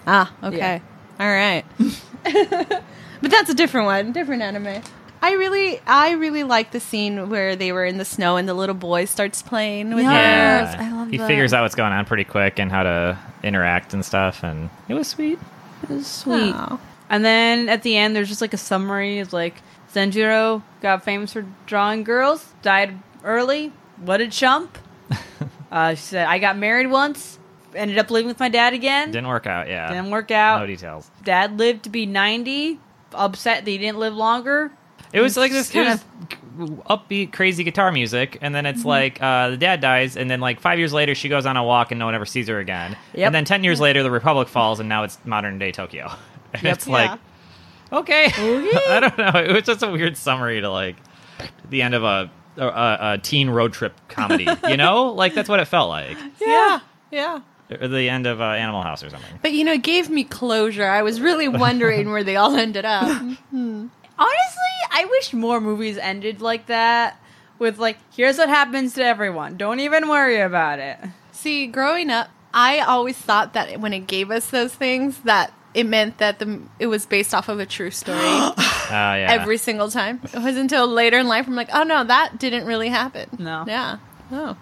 C: Ah, okay. All right. but that's a different one, different anime. I really I really like the scene where they were in the snow and the little boy starts playing with
A: Yes,
C: her. I love
B: he
C: that.
B: figures out what's going on pretty quick and how to interact and stuff, and it was sweet.
A: It was sweet.
C: Aw.
A: And then at the end, there's just like a summary of like Zenjiro got famous for drawing girls, died early. What a chump! uh, she said, "I got married once, ended up living with my dad again. Didn't,
B: Didn't work out. Yeah.
A: work out.
B: No details.
A: dad lived to be 90. Upset that he didn't live longer.
B: It was
A: It's
B: like this
A: just
B: kind of upbeat, crazy guitar music, and then
A: Mm-hmm.
B: it's like uh, the dad dies, and then like five years later, she goes on a walk, and no one ever sees her again.
A: Yep.
B: And then ten years later, the Republic falls, and now it's modern day Tokyo. And it's like, okay, I don't know. It was just a weird summary to like the end of a a, a, a teen road trip comedy. you know, like that's what it felt like,
C: Yeah. Yeah.
B: or the end of uh, Animal House or something.
C: But you know, it gave me closure. I was really wondering where they all ended up.
A: Honestly, I wish more movies ended like that. With like, here's what happens to everyone. Don't even worry about it.
C: See, growing up, I always thought that when it gave us those things, that it meant that the it was based off of a true story.
B: Uh, yeah.
C: every single time. It was until later in life I'm like, oh no, that didn't really happen.
A: No. Oh.
C: Yeah. No.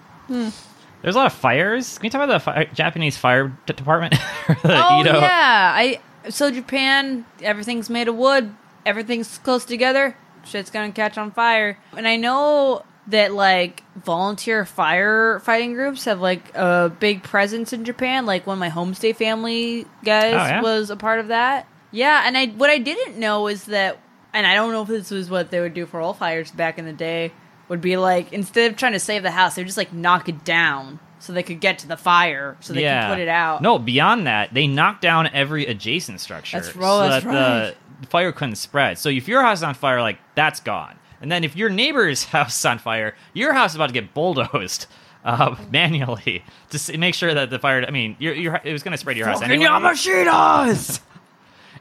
B: There's a lot of fires. Can we talk about the fi- Japanese fire d- department? The
A: Oh
B: Edo-
A: yeah, I so Japan, everything's made of wood, everything's close together, shit's gonna catch on fire. And I know that like volunteer firefighting groups have like a big presence in Japan. Like when my homestay family guys
B: Oh, yeah?
A: was a part of that. Yeah, and I what I didn't know is that, and I don't know if this was what they would do for all fires back in the day. Would be like instead of trying to save the house, they would just like knock it down so they could get to the fire so they could put it out.
B: No, beyond that, they knocked down every adjacent structure.
A: That's ro-
B: so
A: that's
B: that the fire couldn't spread. So if your house is on fire, like that's gone. And then if your neighbor's house is on fire, your house is about to get bulldozed uh, manually to s- make sure that the fire. I mean, your, your, it was going to spread to your house anyway.
A: Yamashitas!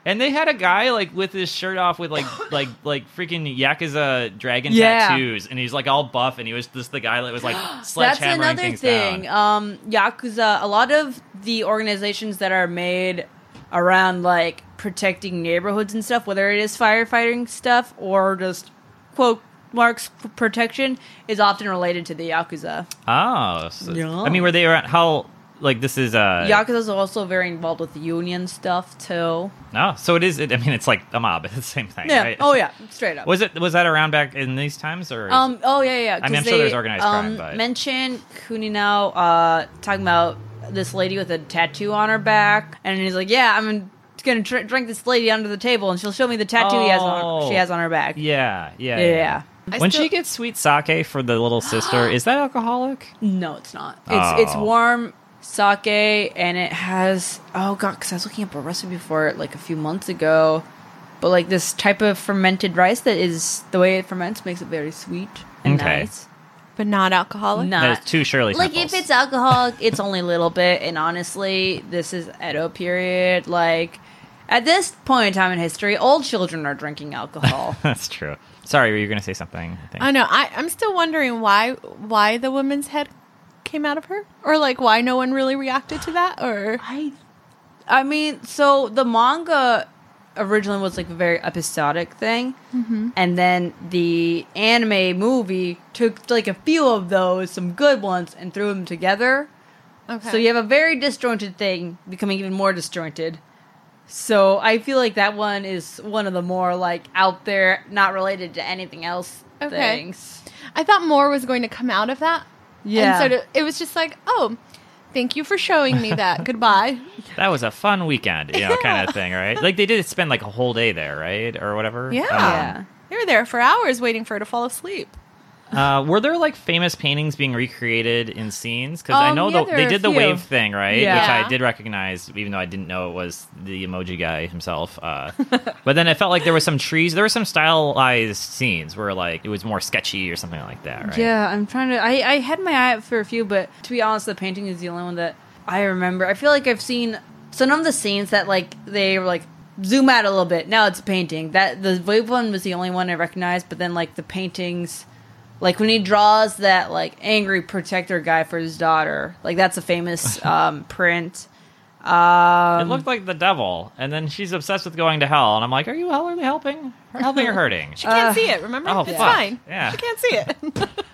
B: And they had a guy like with his shirt off with like like like freaking yakuza dragon
A: Yeah.
B: tattoos, and he's like all buff, and he was just the guy that was like
A: That's
B: sledgehammering
A: another
B: things
A: thing.
B: down.
A: Um, Yakuza, a lot of the organizations that are made around like protecting neighborhoods and stuff, whether it is firefighting stuff or just quote marks p- protection, is often related to the Yakuza.
B: Oh, so-
A: Yeah.
B: I mean, were they around? How like this is uh
A: Yakuza is also very involved with union stuff too.
B: No, so it is. It, I mean, it's like a mob. It's the same thing,
A: Yeah.
B: right?
A: Oh yeah. Straight up.
B: Was it was that around back in these times or? is
A: Um. Oh yeah, yeah.
B: I mean, I'm
A: 'cause
B: sure there's
A: they,
B: organized crime,
A: um,
B: but-
A: Mentioned Kuninao uh, talking about this lady with a tattoo on her back, and he's like, "Yeah, I'm gonna tr- drink this lady under the table, and she'll show me the tattoo he has on
B: Oh.
A: she has on her back."
B: it- yeah, yeah,
A: Yeah, yeah, yeah.
C: I
B: When
C: still-
B: she gets sweet sake for the little sister, is that alcoholic?
A: No, it's not. It's it's
B: Oh.
A: warm sake, and it has oh god, because I was looking up a recipe for it like a few months ago, but like this type of fermented rice that is the way it ferments makes it very sweet and
B: Okay.
A: nice.
C: But not alcoholic.
A: Not
B: There's two Shirley.
A: like
B: temples.
A: if it's alcoholic it's only a little bit and honestly this is edo period like at this point in time in history old children are drinking alcohol
B: that's true. Sorry, were you going to say something? I think.
C: I know. I, I'm still wondering why why the woman's head came out of her? Or like why no one really reacted to that? Or
A: i i mean so the manga originally was like a very episodic thing, and then the anime movie took like a few of those, some good ones, and threw them together.
C: Okay.
A: So you have a very disjointed thing becoming even more disjointed. So I feel like that one is one of the more like out there, not related to anything else
C: Okay.
A: things.
C: I thought more was going to come out of that.
A: Yeah.
C: And sort of, it was just like, oh, thank you for showing me that. Goodbye.
B: That was a fun weekend, you know, kind of thing, right? Like they did spend like a whole day there, right, or whatever.
C: Yeah.
A: Yeah.
C: You were there for hours waiting for her to fall asleep.
B: Um, uh, were there like famous paintings being recreated in scenes? Because I
C: Um,
B: know
C: yeah,
B: the,
C: there
B: they
C: are a
B: did the
C: few.
B: wave thing, right? Which
C: Yeah.
B: I did recognize, even though I didn't know it was the emoji guy himself. Uh, but then it felt like there was some trees. There were some stylized scenes where like it was more sketchy or something like that, right?
A: Yeah, I'm trying to. I, I had my eye out for a few, but to be honest, the painting is the only one that I remember. I feel like I've seen some of the scenes that like they were like zoom out a little bit. Now it's a painting. That the wave one was the only one I recognized, but then like the paintings, like when he draws that like angry protector guy for his daughter, like that's a famous um, print. Um,
B: It looked like the devil, and then she's obsessed with going to hell, and I'm like, "Are you hell? Are they helping? Or helping or hurting?"
C: She can't see it, remember?
B: oh,
C: it's
B: fuck.
C: fine.
B: Yeah.
C: She can't see it.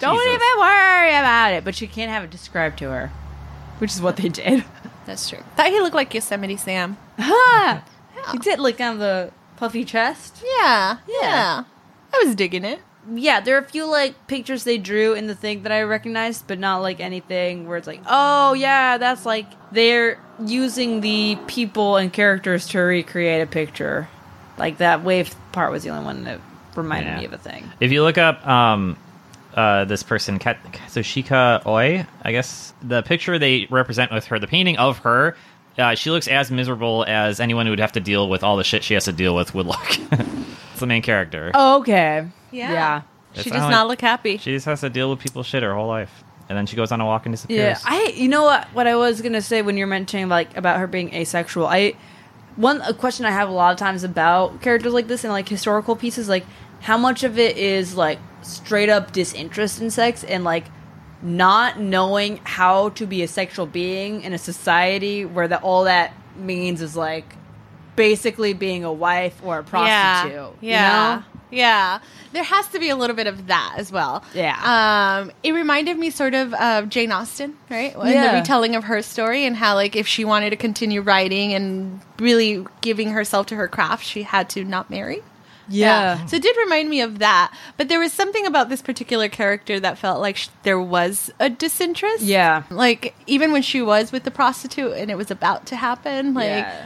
A: Don't
B: Jesus.
A: even worry about it, but she can't have it described to her, which is what they did.
C: That's true. Thought he looked like Yosemite Sam.
A: Ha! He did like on the puffy chest.
C: Yeah. Yeah. I was digging it.
A: yeah, there are a few like pictures they drew in the thing that I recognized, but not like anything where it's like, oh yeah, that's like they're using the people and characters to recreate a picture. Like that wave part was the only one that reminded
B: Yeah.
A: me of a thing.
B: If you look up um, uh, this person, Kat- Katsushika Oi, I guess the picture they represent with her, the painting of her, uh, she looks as miserable as anyone who would have to deal with all the shit she has to deal with would look. it's the main character.
A: Oh. okay.
C: Yeah.
A: Yeah.
B: That's
C: she
B: how
C: does
B: I-
C: not look happy.
B: She just has to deal with people's shit her whole life. And then she goes on a walk and
A: Yeah,
B: disappears.
A: I. You know what? What I was gonna say when you're mentioning like about her being asexual, I one a question I have a lot of times about characters like this and like historical pieces, like how much of it is like straight up disinterest in sex and like not knowing how to be a sexual being in a society where that all that means is like basically being a wife or a prostitute.
C: Yeah.
A: you
C: Yeah.
A: know?
C: Yeah. There has to be a little bit of that as well.
A: Yeah.
C: Um, it reminded me sort of of Jane Austen, right? And
A: Yeah.
C: the retelling of her story and how, like, if she wanted to continue writing and really giving herself to her craft, she had to not marry.
A: yeah.
C: So it did remind me of that. But there was something about this particular character that felt like sh- there was a disinterest.
A: Yeah.
C: Like, even when she was with the prostitute and it was about to happen, like,
A: yeah.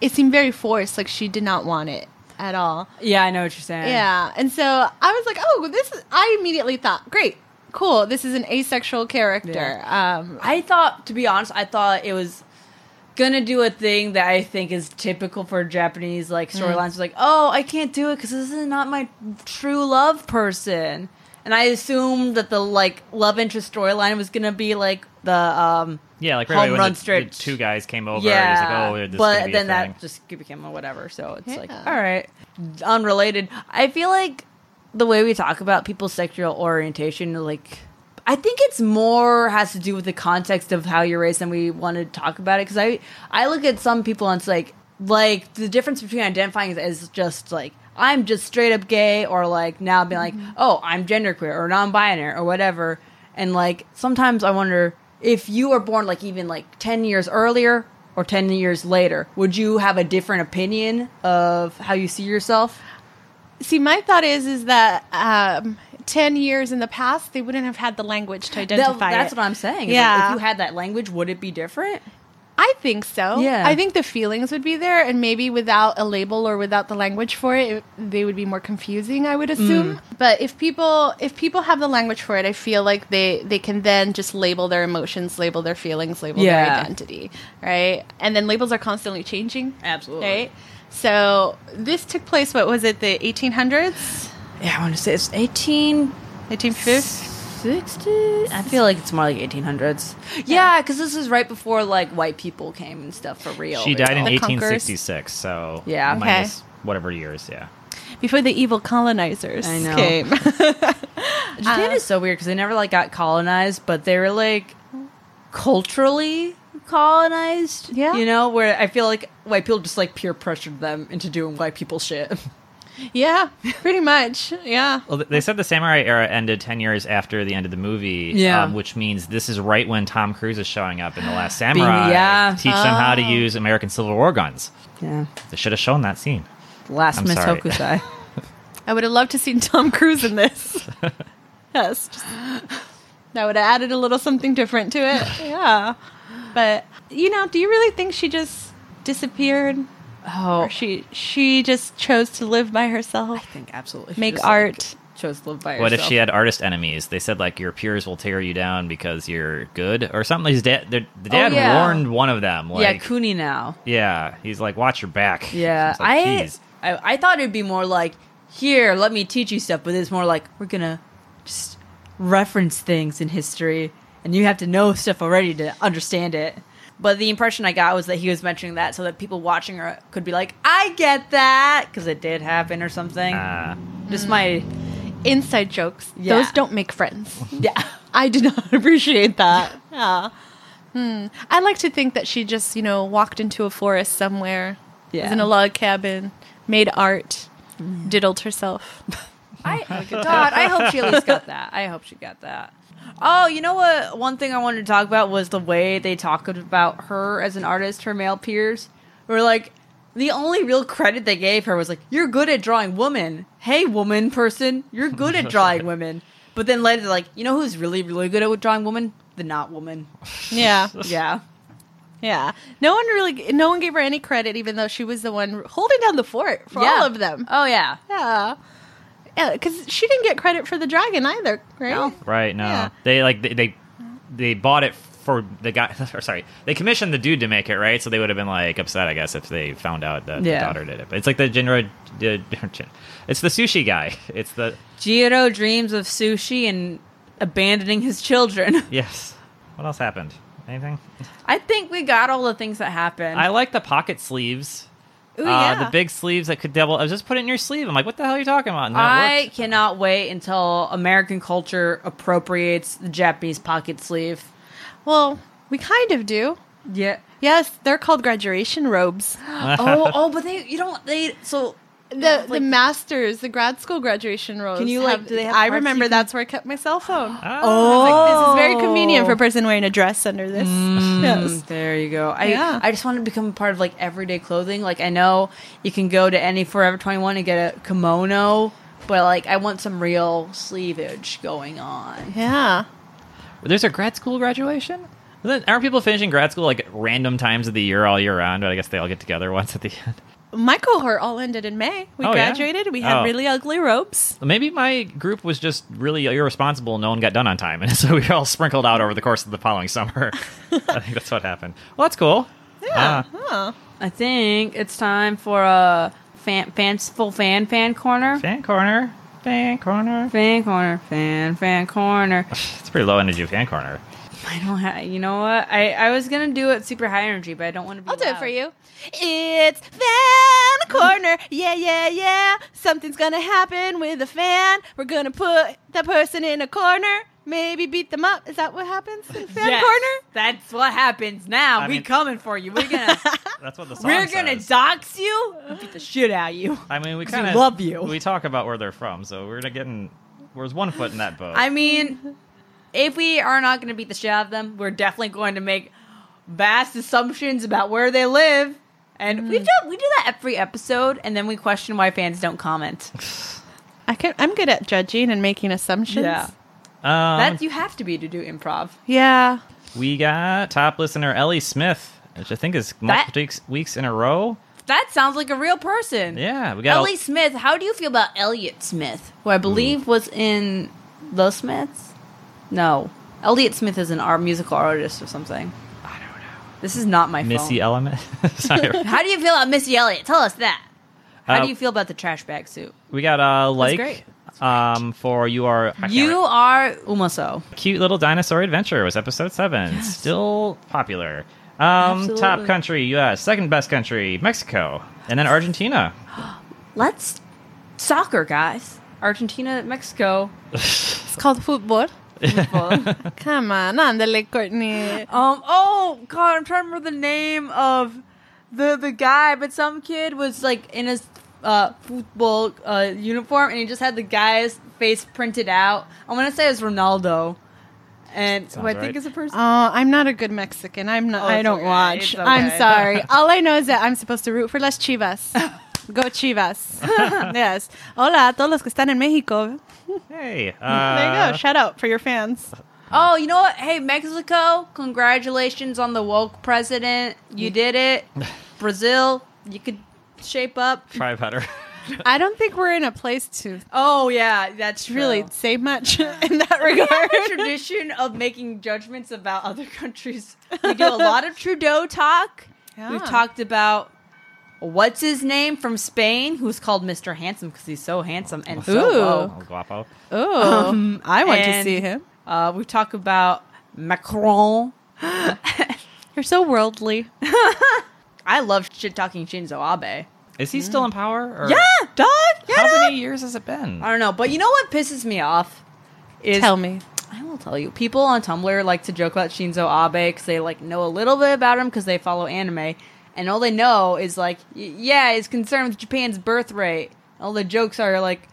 C: it seemed very forced. Like, she did not want it at all.
A: Yeah, I know what you're saying.
C: Yeah. And so I was like, oh, this is, I immediately thought, great, cool. This is an asexual character. Um,
A: I thought, to be honest, I thought it was gonna do a thing that I think is typical for Japanese like storylines. It's Like, oh, I can't do it because this is not my true love person. And I assumed that the like love interest storyline was gonna be like the um
B: Yeah, like
A: Home
B: right away
A: run
B: when the, the
A: stretch.
B: two guys came over, yeah.
A: yeah,
B: like, oh, this
A: but then
B: a thing.
A: that just became a whatever. So it's like,
C: Yeah.
A: all right, unrelated. I feel like the way we talk about people's sexual orientation, like, I think it's more has to do with the context of how you're raised than we want to talk about it. Because I, I look at some people and it's like, like the difference between identifying as, as just like I'm just straight up gay, or like now being like, oh, I'm genderqueer or non-binary or whatever. And like sometimes I wonder if you were born like even like 10 years earlier or 10 years later, would you have a different opinion of how you see yourself?
C: see, my thought is, is that, um, 10 years in the past, they wouldn't have had the language to
A: That-
C: identify
A: that's
C: it.
A: what I'm saying. Yeah.
C: Yeah.
A: if you had that language, would it be different?
C: I think so.
A: Yeah.
C: I think the feelings would be there, and maybe without a label or without the language for it, it they would be more confusing. I would assume.
A: Mm.
C: But if people if people have the language for it, I feel like they they can then just label their emotions, label their feelings, label
A: Yeah.
C: their identity, right? And then labels are constantly changing.
A: Absolutely.
C: Right. So this took place. What was it? The 1800s,
A: Yeah, I want to say it's 18.
C: 1850s.
A: 60s? I feel like it's more like 1800s. Yeah, because this is right before like white people came and stuff for real.
B: she died in
A: real.
C: The Conquerors.
B: 1866, so
A: Yeah. Okay.
B: minus whatever years, yeah.
C: before the evil colonizers
A: I know.
C: came.
A: Japan is so weird because they never like got colonized, but they were like culturally colonized.
C: Yeah.
A: You know, where I feel like white people just like peer pressured them into doing white people shit.
C: Yeah, pretty much. Yeah.
B: Well, th- they said the samurai era ended 10 years after the end of the movie,
A: Yeah.
B: um, which means this is right when Tom Cruise is showing up in The Last Samurai.
A: yeah. Oh.
B: Teach them how to use American Civil War guns.
A: Yeah.
B: They should have shown that scene.
A: Last
B: I'm
A: Miss
B: sorry.
A: Hokusai.
C: I would have loved to seen Tom Cruise in this. yes, just- that would have added a little something different to it. Yeah, but you know, do you really think she just disappeared?
A: Oh,
C: Or she she just chose to live by herself,
A: I think absolutely. She
C: make
A: just, like,
C: art.
A: chose to live by
B: What if
A: herself.
B: she had artist enemies? They said, like, your peers will tear you down because you're good or something. His dad, their- the dad
A: Oh, yeah.
B: warned one of them.
A: yeah,
B: Like,
A: Cooney now.
B: yeah, he's like, watch your back.
A: Yeah,
B: It's like,
A: I,
B: "Jeez."
A: I I thought it'd be more like here, let me teach you stuff, but it's more like we're gonna just reference things in history, and you have to know stuff already to understand it. But the impression I got was that he was mentioning that so that people watching her could be like, "I get that," because it did happen or something.
B: Ah.
A: just my
C: Inside jokes.
A: Yeah.
C: Those don't make friends.
A: yeah.
C: I did not appreciate that. Yeah. Hmm. I like to think that she just, you know, walked into a forest somewhere,
A: Yeah.
C: was in a log cabin, made art, diddled herself.
A: I, oh God, I hope she at least got that. I hope she got that. Oh, you know what? One thing I wanted to talk about was the way they talked about her as an artist, her male peers. Were like, the only real credit they gave her was like, "You're good at drawing women." Hey, woman person, you're good at drawing women. But then later, they're like, you know who's really, really good at drawing women? The not woman.
C: Yeah.
A: Yeah,
C: Yeah. No one really, no one gave her any credit, even though she was the one holding down the fort for
A: Yeah.
C: all of them.
A: Oh yeah,
C: Yeah. Because she didn't get credit for the dragon either, right?
A: No.
B: Right. No,
C: Yeah.
B: they like they, they they bought it for the guy. Or sorry, they commissioned the dude to make it. Right. So they would have been like upset, I guess, if they found out that
A: Yeah.
B: the daughter did it. But it's like the Jinro. the- It's the sushi guy. It's the
A: Jiro dreams of sushi and abandoning his children.
B: yes. What else happened? Anything?
A: I think we got all the things that happened.
B: I like the pocket sleeves.
C: Ooh,
B: uh, The big sleeves that could double. I was just put it in your sleeve. I'm like, what the hell are you talking about? And then it
A: I
B: worked.
A: cannot wait until American culture appropriates the Japanese pocket sleeve.
C: Well, we kind of do.
A: Yeah.
C: Yes, they're called graduation robes.
A: oh, oh, but they you don't they so
C: The the
A: like-
C: masters, the grad school graduation robes.
A: you, like, do they have
C: I
A: parts
C: remember
A: you can-
C: that's where I kept my cell phone.
B: Ah.
A: Oh.
C: This is very convenient for a person wearing a dress under this. Yes.
A: Mm, There you go. I
C: Yeah.
A: I just want to become part of like everyday clothing. Like I know you can go to any Forever 21 and get a kimono, but like I want some real sleevage going on.
C: Yeah.
B: There's a grad school graduation. Isn't- Aren't people finishing grad school like at random times of the year all year round? But I guess they all get together once at the end.
C: My cohort all ended in May. We
B: Oh, yeah?
C: graduated. We had
B: Oh.
C: really ugly robes.
B: Maybe my group was just really irresponsible. and No one got done on time, and so we were all sprinkled out over the course of the following summer. I think that's what happened. Well, that's cool. Uh, Yeah.
C: Huh.
A: I think it's time for a fan fanciful fan fan corner.
B: fan corner, fan corner.
A: Fan corner, fan fan corner.
B: It's pretty low energy fan corner.
A: I don't have. You know what? I I was gonna do it super high energy, but I don't want to be.
C: I'll do it for
A: loud.
C: you. It's fan corner. Yeah, yeah, yeah. Something's gonna happen with a fan. We're gonna put that person in a corner. Maybe beat them up. Is that what happens in fan
A: Yes,
C: corner?
A: That's what happens now.
B: I
A: we
B: mean-
A: coming for you. We're gonna
B: That's what the song
A: we're gonna
B: says.
A: dox you. and Beat the shit out of you.
B: I mean, we
A: 'Cause we
B: kind of
A: love you.
B: We talk about where they're from, so we're not getting. Where's one foot in that boat?
A: I mean, if we are not gonna beat the shit out of them, we're definitely going to make vast assumptions about where they live. And we
C: Mm.
A: do we do that every episode, and then we question why fans don't comment.
C: I can. I'm good at judging and making assumptions.
A: Yeah,
B: um,
A: that you have to be to do improv.
C: Yeah.
B: we got top listener Ellie Smith, which I think is multiple weeks, weeks in a row.
A: That sounds like a real person.
B: Yeah, we got a-
A: Ellie Smith. How do you feel about Elliot Smith, who I
B: Hmm.
A: believe was in The Smiths? No, Elliot Smith is an art musical artist or something. I don't know. This is not my
B: Missy
A: phone.
B: Element. Sorry.
A: how do you feel about Missy Elliott? Tell us that. How
B: Uh,
A: do you feel about the trash bag suit?
B: We got a like
A: great.
B: um for you are I can't
A: You
B: remember.
A: are Umaso.
B: cute little dinosaur adventure was episode seven. Still popular. Um, top
A: Absolutely.
B: country U.S. second best country Mexico, and then Argentina.
A: Let's soccer, guys. Argentina, Mexico.
C: It's called football. people. Come on, andale, Courtney.
A: Um. Oh God, I'm trying to remember the name of the the guy, but some kid was like in his uh, football uh, uniform, and he just had the guy's face printed out. I want to say it's Ronaldo, and who I
B: Sounds
A: think
B: right.
A: is a person.
C: Oh, I'm not a good Mexican. I'm not.
A: Oh,
C: I
A: it's
C: don't
A: okay.
C: watch.
A: It's okay.
C: I'm sorry. All I know is that I'm supposed to root for Las Chivas. Go Chivas. yes. Hola a todos los que están en México.
B: Hey,
C: There you
B: uh,
C: go. Shout out for your fans.
A: Oh, you know what? Hey, Mexico, congratulations on the woke president. You did it. Brazil, you could shape up.
B: Try better.
C: I don't think we're in a place to
A: Oh yeah, that's
C: really
A: really
C: say much in that
A: we have a
C: regard.
A: tradition of making judgments about other countries. We do a lot of Trudeau talk. We've
C: Yeah.
A: talked about what's his name from Spain, who's called Mr. Handsome because he's so handsome and so
C: Ooh.
A: woke.
B: Oh, guapo.
C: Oh,
A: Um,
C: I want to
A: and-
C: see him.
A: Uh, we talk about Macron.
C: You're so worldly.
A: I love shit talking Shinzo Abe.
B: Is he still in power? Or
A: Mm. Yeah, dog. Yeah,
B: How
A: dog.
B: many years has it been?
A: I don't know, but you know what pisses me off is
C: Tell me.
A: I will tell you. People on Tumblr like to joke about Shinzo Abe because they like know a little bit about him because they follow anime, and all they know is like, y- yeah, he's concerned with Japan's birth rate. All the jokes are like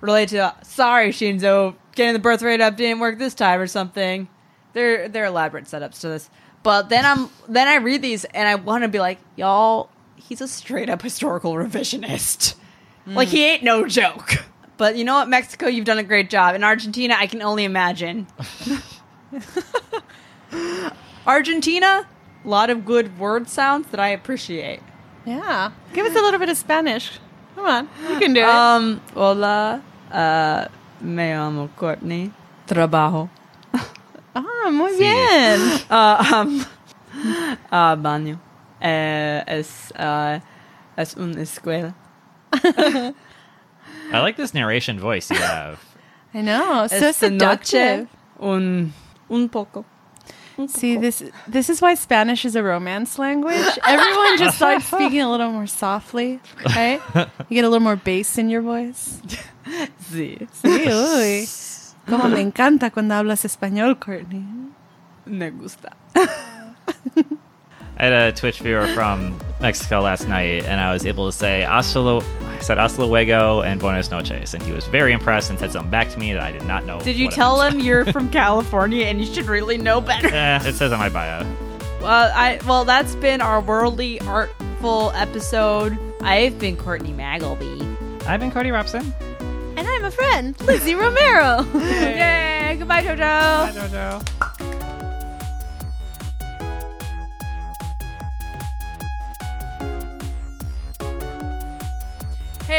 A: related to, sorry Shinzo, getting the birth rate up didn't work this time or something. They're they're elaborate setups to this. But then I'm then I read these and I want to be like, y'all, he's a straight up historical revisionist. Like he ain't no joke. Mm. But you know what, Mexico, you've done a great job. In Argentina, I can only imagine. Argentina, a lot of good word sounds that I appreciate.
C: Yeah. Give us a little bit of Spanish. Come on. You can do it.
A: Um, hola, uh, me llamo Courtney. Trabajo.
C: Ah, muy
B: sí.
C: bien.
A: Uh, um, uh, baño. Eh, es, uh, es una escuela.
B: I like this narration voice you have.
C: I know. So
A: Esta
C: seductive.
A: noche, un, un poco. Un
C: See
A: poco.
C: this this is why Spanish is a romance language. Everyone just likes speaking a little more softly, right? You get a little more bass in your voice.
A: Sí.
C: Sí, uy. Como me encanta cuando hablas español, Courtney.
A: Me gusta.
B: I had a Twitch viewer from Mexico last night, and I was able to say hasta lo- I said hasta luego and buenas noches, and he was very impressed and said something back to me that I did not know.
A: Did you
B: what it
A: tell
B: meant.
A: him you're from California and you should really know better?
B: Eh, it says on my bio.
A: Well, I well that's been our worldly artful episode. I've been Courtney Magleby.
B: I've been Cody Robson.
C: And I'm a friend, Lizzie Romero.
A: Yay! Goodbye, JoJo. Hey